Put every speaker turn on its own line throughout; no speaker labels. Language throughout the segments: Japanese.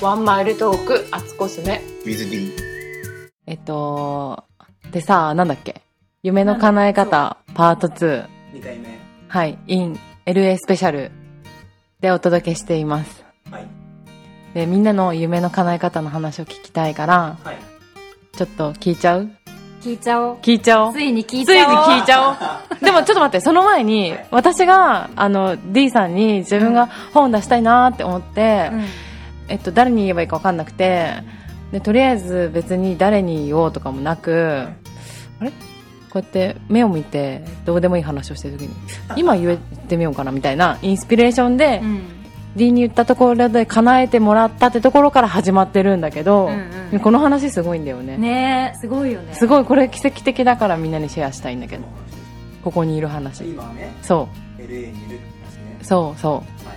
ワンマイルトーク、アツコスメ。
with D。
えっと、でさ、なんだっけ夢の叶え方、パート2。
2回目
はい、in LA スペシャルでお届けしています。
はい
で、みんなの夢の叶え方の話を聞きたいから、
はい
ちょっと聞いちゃう
聞いちゃおう。
聞いちゃおう
ついに聞い
つ
ち
いに
ゃおう。
聞いちゃおう。でもちょっと待って、その前に
はい、
私が、あの、D さんに自分が本出したいなーって思って、
うん
えっと、誰に言えばいいか分かんなくて、で、とりあえず別に誰に言おうとかもなく、あれこうやって目を見て、どうでもいい話をしてる時に、今言えてみようかなみたいなインスピレーションで、
うん
D に言ったところで叶えてもらったってところから始まってるんだけど、
うんうん
この話すごいんだよね。
ねえ、すごいよね。
すごいこれ奇跡的だからみんなにシェアしたいんだけど、ここにいる話。
今はね
そ
LA にいるって話ね
う、そう、そ。
はいはい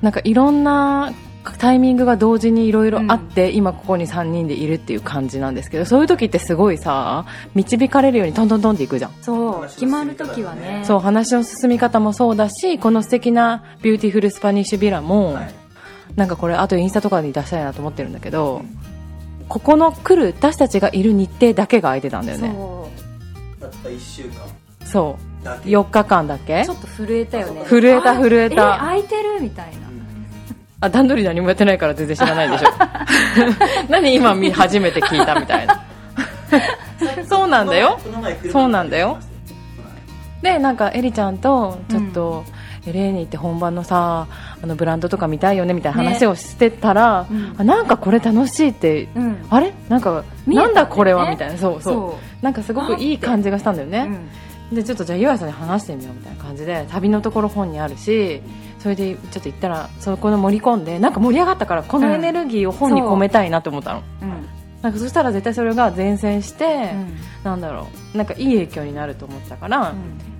う
なんかいろんなタイミングが同時にいろいろあって、今ここに3人でいるっていう感じなんですけど、そういう時ってすごいさ、導かれるようにトントントンっていくじゃん。
そう、決まるときはね。
そう、話の進み方もそうだし、この素敵なビューティフルスパニッシュビラも、
はいはい
なんかこれあとインスタとかに出したいなと思ってるんだけど、ここの来る私たちがいる日程だけが空いてたんだよね。
そ
たった1週間
そ
だ
う。
け
4日間だけ
う。ちょっと震えたよね。
震えた震えた
あえ、空いてるみたいな
う。ん
あ、段取り何もやってないから全然知らないでしょ。 何今見初めて聞いたみたいな。 そうなんだよ。
この前車で
そうなんだよ
来
で、なんかエリちゃんと、ちょっと、LA に行って本番のさ、あのブランドとか見たいよねみたいな話をしてたら、
うん
あなんかこれ楽しいって、
うん。
あれなんか、
見えた
なんん
だ
だ
よね
これはみたいな。そうそう。
そ
なんかすごくいい感じがしたんだよ
う。う
ね。
ん
で、ちょっとじゃあ、ゆあさんに話してみようみたいな感じで、旅のところ本にあるし、それでちょっと行ったら、そこの盛り込んで、なんか盛り上がったから、このエネルギーを本に込めたいなと思ったの。
うん。
なんかそしたら絶対それが前線して、
うん
なんだろう、なんかいい影響になると思ったから、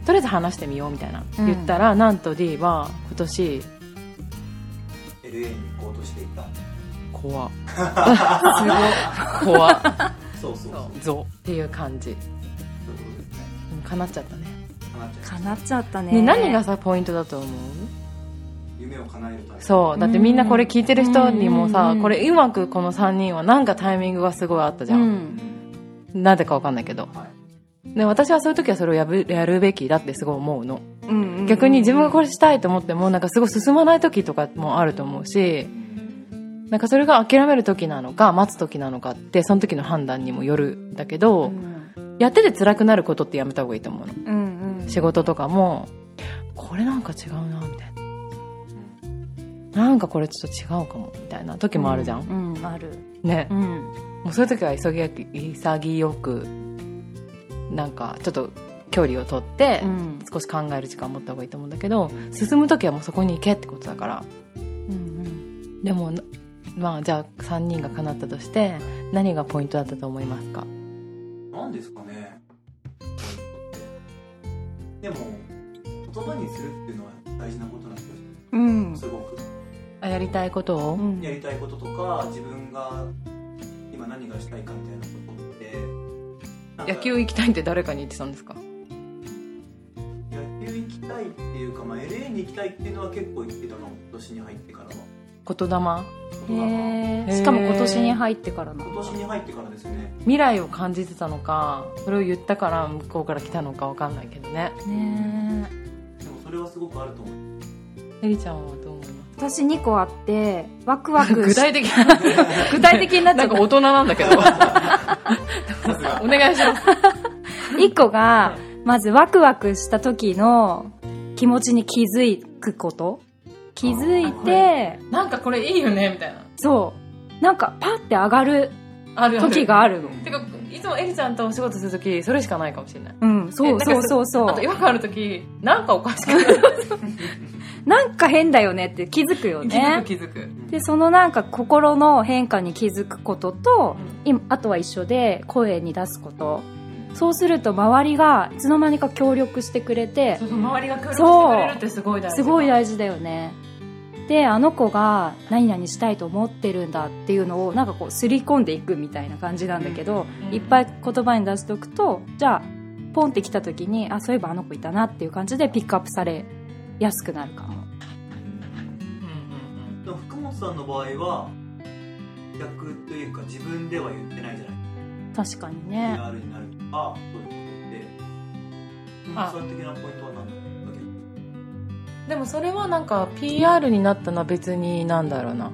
とりあえず話してみようみたいな。
うん
言ったら、なんと D は今年、
て LA に行こうとしていた
怖。怖。
そうそうそうそう
ぞ。っていう感じ。
いうことですね
うん叶っちゃったね。
叶っちゃう
叶っちゃったね。
ね、何がさ、ポイントだと思う
夢を叶えるため
そう。だってみんなこれ聞いてる人にも
う
さ
ん、
これうまくこの3人はなんかタイミングがすごいあったじゃ。
うんん。
なぜかわかんないけど。
はい
で、私はそういう時はそれをやぶやるべきだってすごい思うの。
うんうん
逆に自分がこれしたいと思ってもなんかすごい進まない時とかもあると思うしなんかそれが諦める時なのか待つ時なのかってその時の判断にもよるんだけど、
うん
やってて辛くなることってやめた方がいいと思うの
うんうん。
仕事とかもこれなんか違うなみたいななんかこれちょっと違うかもみたいな時もあるじゃん、
うん。うん、ある。
ね
うん。
もうそういう時は急ぎ潔くなんかちょっと距離を取って、
うん。
少し考える時間を持った方がいいと思うんだけど進む時はもうそこに行けってことだから
うん
でもなまあじゃあ3人が叶ったとして何がポイントだったと思いますか
なんですかねでも言葉にするっていうのは大事なことなんですよ
うん。
すごく
あやりたいこと
う
を
ん。
やりたいこととか自分が今何がしたいかみたいなことってなんか
野球行きたいって誰かに言ってたんですか
野球行きたいっていうか、まあ、LA に行きたいっていうのは結構行ってたの今年に入ってからは
言霊
言葉が
へ
へ
え。
ー
しかも今年に入ってからな
今
の
年に入ってからですね
未来を感じてたのかそれを言ったから向こうから来たのかわかんないけどね
ねえ。
でもそれはすごくある と思う
えりちゃんはどう思います
私2個あって、ワクワク
具
し
体的な
具体的になっち
な
ゃっ
ん
た
か。大人なんだけど
さすが
お願いします
一個が、まずワクワクした時の気持ちに気づくこと。気づいて、
なんかこれいいよねみたいな
そう。なんかパって上がる
あるある
時があるの。
てかいつもえりちゃんとお仕事するときそれしかないかもしれない
うん、そ
え
う
なんか
そうそうそ
あと違
う。
和感あるときなんかおかしくなる
なんか変だよねって気づくよ
気づ
ね
く。 気づく
で、そのなんか心の変化に気づくことと、今、あとは一緒で声に出すこと。そうすると周りがいつの間にか協力してくれて、
そうそう周りが協力して
そう
くれるってすごい大事
すごい
事
大事だよねであの子が何々したいと思ってるんだっていうのをなんかこうすり込んでいくみたいな感じなんだけど、
うんうん
いっぱい言葉に出しておくとじゃあポンって来た時にあそういえばあの子いたなっていう感じでピックアップされやすくなるかも
でも福本さんの場合は逆というか自分では言ってないじゃない
確かにね
PR になるとかそういうことって
あ
その的なポイントは何だっけ
でもそれはなんか PR になったのは別になんだろうな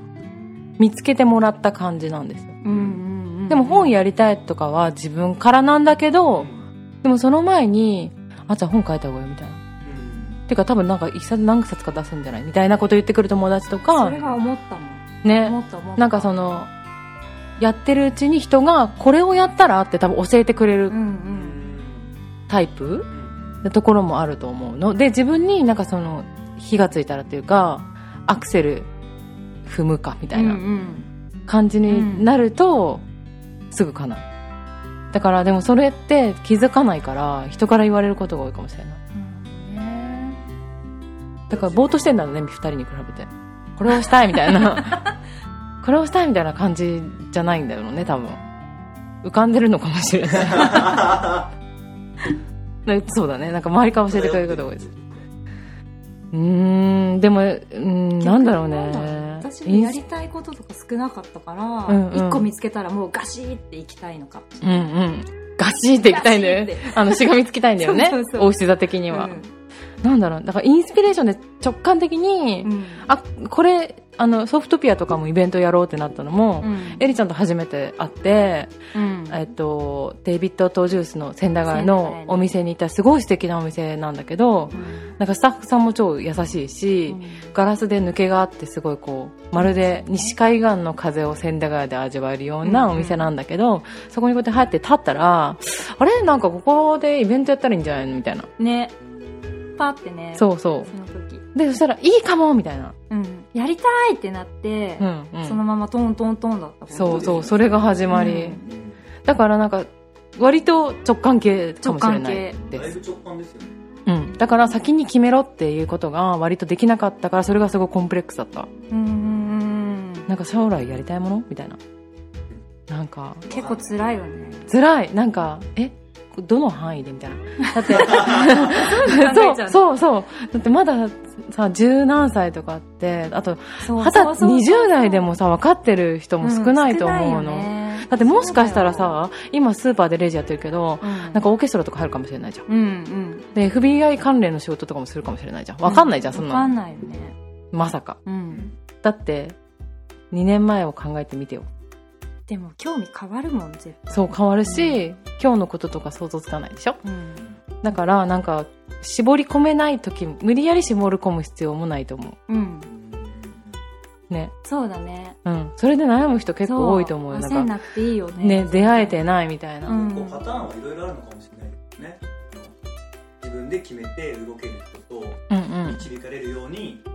見つけてもらった感じなんですよ
うんうん、うん、
でも本やりたいとかは自分からなんだけ
う
ど
んうん
でもその前にあじゃあ本書いた方がいいみたいなてか多分なんか一冊何冊か出すんじゃないみたいなこと言ってくる友達と
そ
か
れが思ったもん思
ね
った思った
なんかそのやってるうちに人がこれをやったらって多分教えてくれる
うんう
うん
ん
タイプ
うん
なところもあると思うので自分になんかその火がついたらっていうかアクセル踏むかみたい
うん
な
うん
感じになると、すぐかなだからでもそれって気づかないから人から言われることが多いかもしれない
ね
だからぼーっとしてんだろうね2人に比べてこれをしたいみたいな これをしたいみたいな感じじゃないんだろうね多分浮かんでるのかもしれない そうだねなんか周りから教えてくれることが多いですうーんでも、うーん、なんだろう
逆に
ね。
私もやりたいこととか少なかったから、一
うんうん
1個見つけたらもうガシーっていきたいのかもし
うんうん。ガチっていきたいんだよ
ガシ
ね
ッ。
あの、しがみつきたいんだよね
そうそう。そう
お牛座的に
れな
は、
いうん
なんだろう。だから、インスピレーションで直感的に、
うん
あ、これ、あの、ソフトピアとかもイベントやろうってなったのも、
うん
エリちゃんと初めて会って、
うん
えっと、デイビッド・トージュースの千駄ヶ谷
千駄ヶ
の
谷の
お店に行ったすごい素敵なお店なんだけど、なんかスタッフさんも超優しいし、ガラスで抜けがあってすごいこう、まるで西海岸の風を千駄ヶ谷で味わえるよう
う
なん
うん
お店なんだけど、そこにこうやって入って立ったら、あれなんかここでイベントやったらいいんじゃないのみたいな。
ねパってね
そうそ
その時、
う。で、そしたら、いいかもみたいな。
うん、やりたいってなって、
うんう
その
ん。
ままトントントンだったもんね
そうそう、それが始まり。
うん
だからなんか、割と直感系かもしれない
だ
で
い
す。
ぶ直感ですよね
うん。だから先に決めろっていうことが割とできなかったから、それがすごいコンプレックスだった。
うんうんうんうん
なんか将来やりたいものみたいな。なんか、
結構辛いよね
辛いなんかえどの範囲でみたいなだって
考えちゃ
そううそうそうだってまださ十何歳とかあってあと
そう
二
そ
十
うそうそう
20代でもさ分かってる人も少ないと思うの、
ん少ないよね
だってもしかしたらさ今スーパーでレジやってるけど
そうだようん
なんかオーケストラとか入るかもしれないじゃん
うんうん
で FBI 関連の仕事とかもするかもしれないじゃん分かんないじゃん、そん
わか
なの
んないよね
まさか
うん
だって2年前を考えてみてよ
でも興味変わるもん絶対
そう変わるし、今日のこととか想像つかないでしょ
うん
だからなんか絞り込めない時無理やり絞り込む必要もないと思
うん
うね
そうだね
うんそれで悩む人結構多いと思うよな
そ焦ん
んか
なくていいよね
ね出会えてないみたいな、
うん
こうパターンはいろいろあるのかもしれないですね自分で決めて動ける人と
うん、うん
導かれるようになんかこ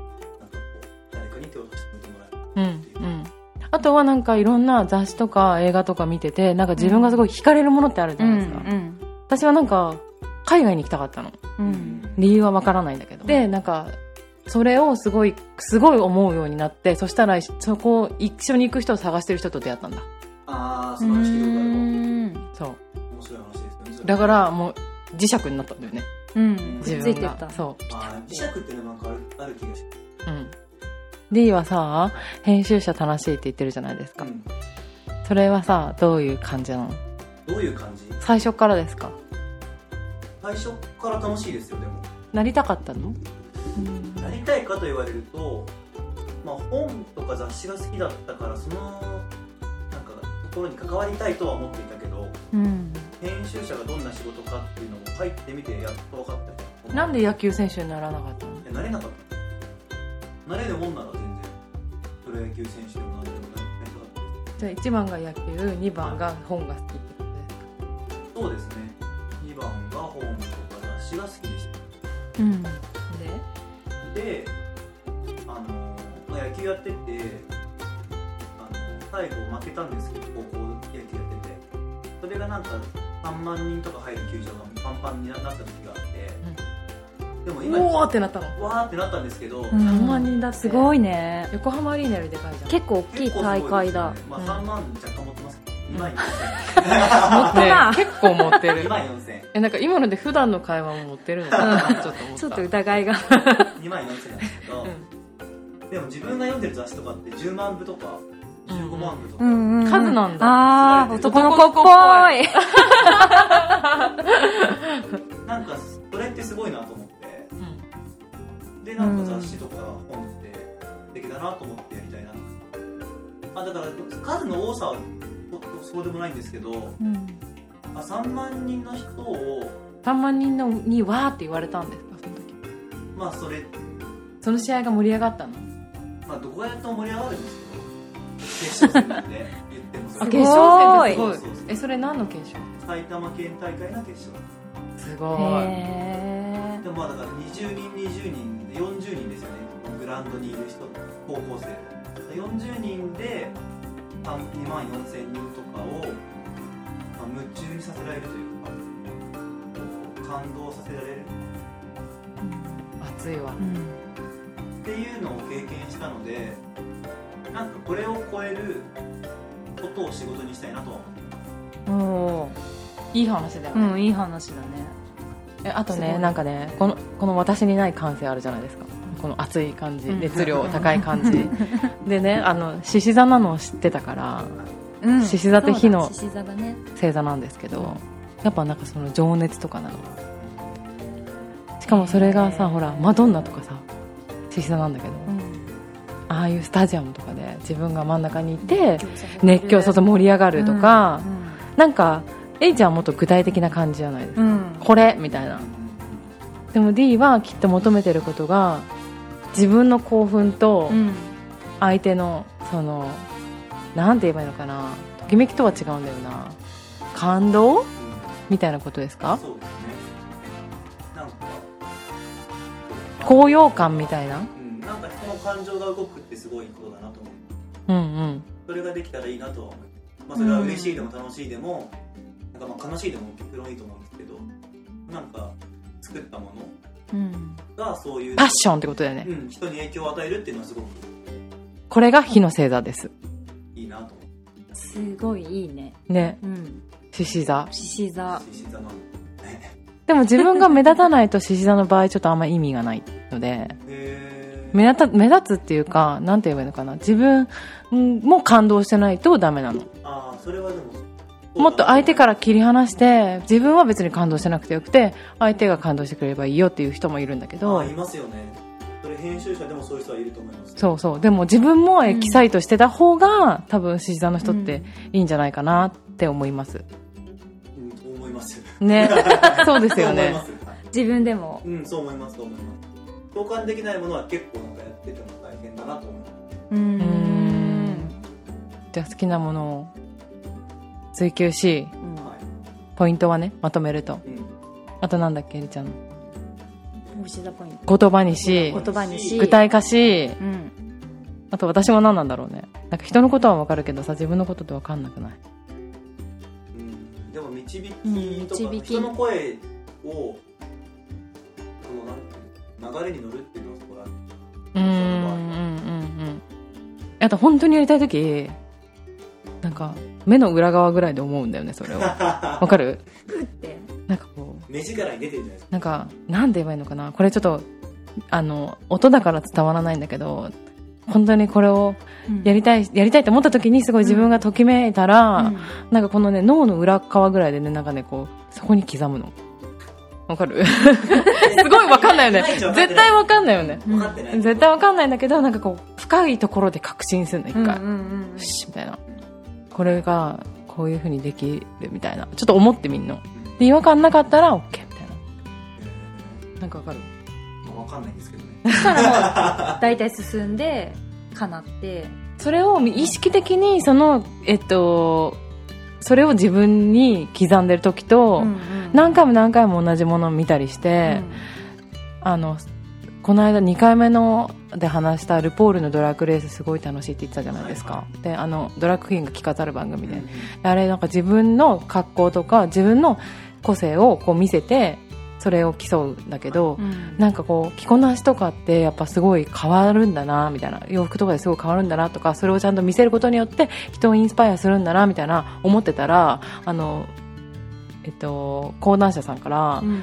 う誰かに手を差し伸べてもらう
うんうんあとはなんかいろんな雑誌とか映画とか見ててなんか自分がすごい惹かれるものってあるじ
う
ゃ
ん
な
う
いですか、
ん
私はなんか海外に行きたかったの
うん
理由はわからないんだけどでなんかそれをすごいすごい思うようになってそしたらそこ一緒に行く人を探してる人と出会ったんだ
ああ
う
素晴らしい広がるわ
ん
そう
面白い話ですよねそれ
だからもう磁石になったんだよね
うん
自
く
分
っつ
が
いてった
そう
あー磁石っていうのはなんかあるある気がし
うん D はさ編集者楽しいって言ってるじゃないですか、
ます
それはさどういう感じなの
どういう感じ
最初からですか
最初から楽しいですよでも
なりたかったの
なりたいかと言われると、まあ、本とか雑誌が好きだったからそのなんかところに関わりたいとは思っていたけど
うん
編集者がどんな仕事かっていうのも入ってみてやっと分かったり
なんで野球選手にならなかったの
いやなれなかったなれるもんなら全然プロ野球選手でもなんでもなりたかったです
じゃあ1番が野球2番が本が好きってことですか
そうですね2番がホームとか雑誌が好きでした
うん
であの、まあ、野球やっててあの最後負けたんですけど高校野球やっててそれがなんか3万人とか入る球場がパンパンになった時があって、でも
で
今
おお
わ
ってなったの
ーってなったんですけど、
うん
3万人だって
すごいね
横浜アリーナよりでかいじゃん
結構大きい
結構すご
大
ですよね
会だ
ま
うん
あ、3万若干持ってますけど2万
持って
な
る結構持って
4000 2
る
万4000
えなんか今ので普段の会話も持ってるのかなちょっと思った
ちょっと疑いが
2万4000なんですけど、
う
でも自分が読んでる雑誌とかって10万部とか
ん
15万部とか、
うんうん、
数なんだ。
ああ、男の子っぽい。
なんかそれってすごいなと思ってでなんか雑誌とか本って素敵だなと思ってやりたいなあだから数の多さはそそうでもないんですけどあ3万人の人を
3万人のにわーって言われたんですか、その時。
まあそれ、
その試合が盛り上がったの
まあ、どこやっても盛り上がるんですけど決勝戦なんで言ってもそ
あ
すごい
れ
決勝戦ってす
そ
ご
うそう
い
そう
えそれ何の決勝
埼玉県大会の決勝
すごい
へ
でもまあだから20人20人で40人ですよねグラウンドにいる人高校生40人であ2万4000人とかを、まあ、夢中にさせられるというか感動させられる
熱いわ
っていうのを経験したのでなんかこれを超えることを仕事にしたいなとは思って
ーお
いい話だよ
ー
ね、
うん、いい話だね。
えあと
す
ね
ごい
なんかねこのこの私にない感性あるじゃないですかこの熱い感じ
うん
熱量高い感じでねあの獅子座なのを知ってたから
うん
獅子座って火の
そうだ獅子座だね。
星座なんですけどやっぱなんかその情熱とかなのしかもそれが
へー
さほらマドンナとかさ獅子座なんだけどああいうスタジアムとかで自分が真ん中にいて熱狂させ盛り上がるとか、なんか A ちゃんはもっと具体的な感じじゃないです
う
か、
ん。うん。
これみたいなでも D はきっと求めてることが自分の興奮と
うん
相手のそのなんて言えばいいのかなときめきとは違うんだよな感動みたいなことですか
そうですねなんか
高揚感みたいな
うんなんか人の感情が動くってすごいことだなと思って
うんうん
それができたらいいなとは思います、まあ、それは嬉しいでも楽しいでも、なんかまあ悲しいでも結論いいと思うんですけどなんか作ったも
うん。
のがそういう
パッションってことだよね、
うん、人に影響を与えるっていうのはすごく
これが火の星座です
いいなと思って
すごいいいね。
ね
うん。
獅子座
獅子座。
獅子座の
でも自分が目立たないと獅子座の場合ちょっとあんま意味がないので
へー
目立た目立つっていうかなんて言えばいいのかな自分も感動してないとダメなの
ああそれはでも
もっと相手からら切り離して自分は別に感動してなくてよくて相手が感動してくれればいいよっていう人もいるんだけど
あいますよねそれ編集者でもそういう人はいると思います
そうそうでも自分もエキサイトしてた方が、多分獅子座の人っ
う
て
ん
いいんじゃないかなって思います
うん、そう思います
ねそうですよ
そう思い
ね
ますはい
自分でも。
うんそう思いますそう思います共感できないものは結構なんかやってても大変だなと思います
うー
うーんじゃあ好きなものを追求し
うん
はい
ポイントはねまとめると
うん
あとなんだっけりちゃんの
獅子座ポイント。
言葉にし
言葉にし。
具体化し
うん。
あと私は何なんだろうねなんか人のことは分かるけどさ自分のことって分かんなくない
うんでも導き
うん
とか、
導き
人の声をこのなんていうの流れに乗るっていうのはそこだ
うんうんうんうんあと本当にやりたい時なんか目の裏側ぐらいで思うんだよねそ れをわかる
って。
なんかこう
目力に出てるじゃないですか
なんかなんて言えばいいのかなこれちょっとあの音だから伝わらないんだけど本当にこれをやりたい、やりたいと思った時にすごい自分がときめいたら、
うん
なんかこのね脳の裏側ぐらいでねなんかねこうそこに刻むのわかる すごいわかんないよね
ないじゃん
絶対わかんないよね
うん
分かってない
絶対わかんないんだけどなんかこう深いところで確信するの一
うん
回、
うんうんうん
よしみたいなこれがこういう風にできるみたいなちょっと思ってみんので違和感なかったら OK みたいななんかわかる
まあ、分かんないんですけどね
そしたらもう、大体進んで、叶って。
それを意識的にそのえっとそれを自分に刻んでる時と、何回も何回も同じものを見たりして、あのこの間2回目ので話したルポールのドラッグレースすごい楽しいって言ってたじゃないですか、
は
であのドラッグクイーンが着飾る番組で、
うん
あれなんか自分の格好とか自分の個性をこう見せてそれを競うんだけど、なんかこう着こなしとかってやっぱすごい変わるんだなみたいな洋服とかですごい変わるんだなとかそれをちゃんと見せることによって人をインスパイアするんだなみたいな思ってたらあの、えっと、講談社さんから、
うん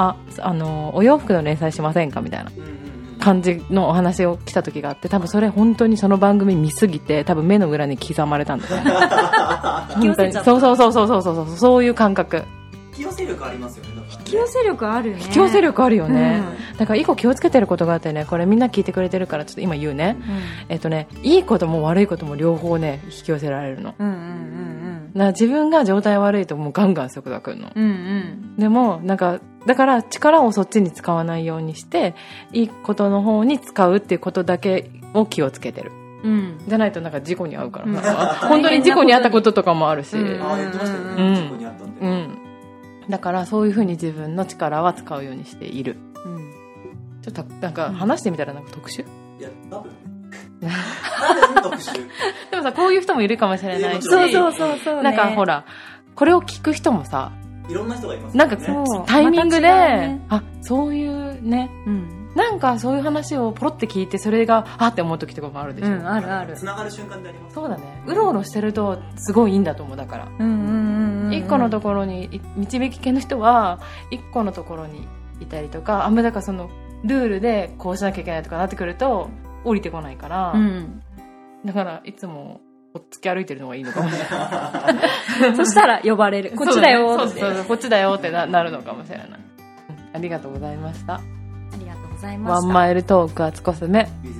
ああのお洋服の連載しませんかみたいな
うんうんうん
感じのお話を来た時があって、多分それ本当にその番組見すぎて、多分目の裏に刻まれたんだ ね。
引き寄せちゃった
そうそうそうそうそうそうそう、そういう感覚。
引き寄せ力ありますよねだからね
引き寄せ力あるね
引き寄せ力あるよね。
うん
だから一個気をつけてることがあってね、これみんな聞いてくれてるからちょっと今言うね。えっとね、いいことも悪いことも両方ね、引き寄せられるの。だか
うんうんうん
ら自分が状態悪いともうガンガン速度くんの。
うんうんうん
でも、なんか、だから力をそっちに使わないようにして、いいことの方に使うっていうことだけを気をつけてる。
うん
じゃないとなんか事故に遭うから。
うん
なんか本当に事故に遭ったこととかもあるし。
うん
ああ言ってましたよね、
うん
事故にあったんで、
うん。だからそういうふうに自分の力は使うようにしている。
うん
ちょっとた、なんか話してみたらなんか特殊
いや多分多分特 殊
でもさ、こういう人もいるかもしれないし。
そうそうそうそうね
なんかほら、これを聞く人もさ、
いろんな人がいます
なんか
ね
そう
タイミングで、
また違うね
あ、そういうね、
うん
なんかそういう話をポロって聞いて、それが、あって思う時とかもあるでし
う
ょ。
んあるある
つながる瞬間であります
そうだね。うろうろしてると、すごいいいんだと思う、だから。
うんうんうん
一個のところにい導き系の人は一個のところにいたりとかあんまだからそのルールでこうしなきゃいけないとかなってくると降りてこないから、
うん
だからいつもおっつき歩いてるのがいいのかもしれない
そしたら呼ばれ るこっちだよ
そう
ーっ
そう
て
そうこっちだよってななるのかもしれない、うんありがとうございました
ありがとうございま
ワ
し
ン
た
マイルトークあつこすめ
ビジ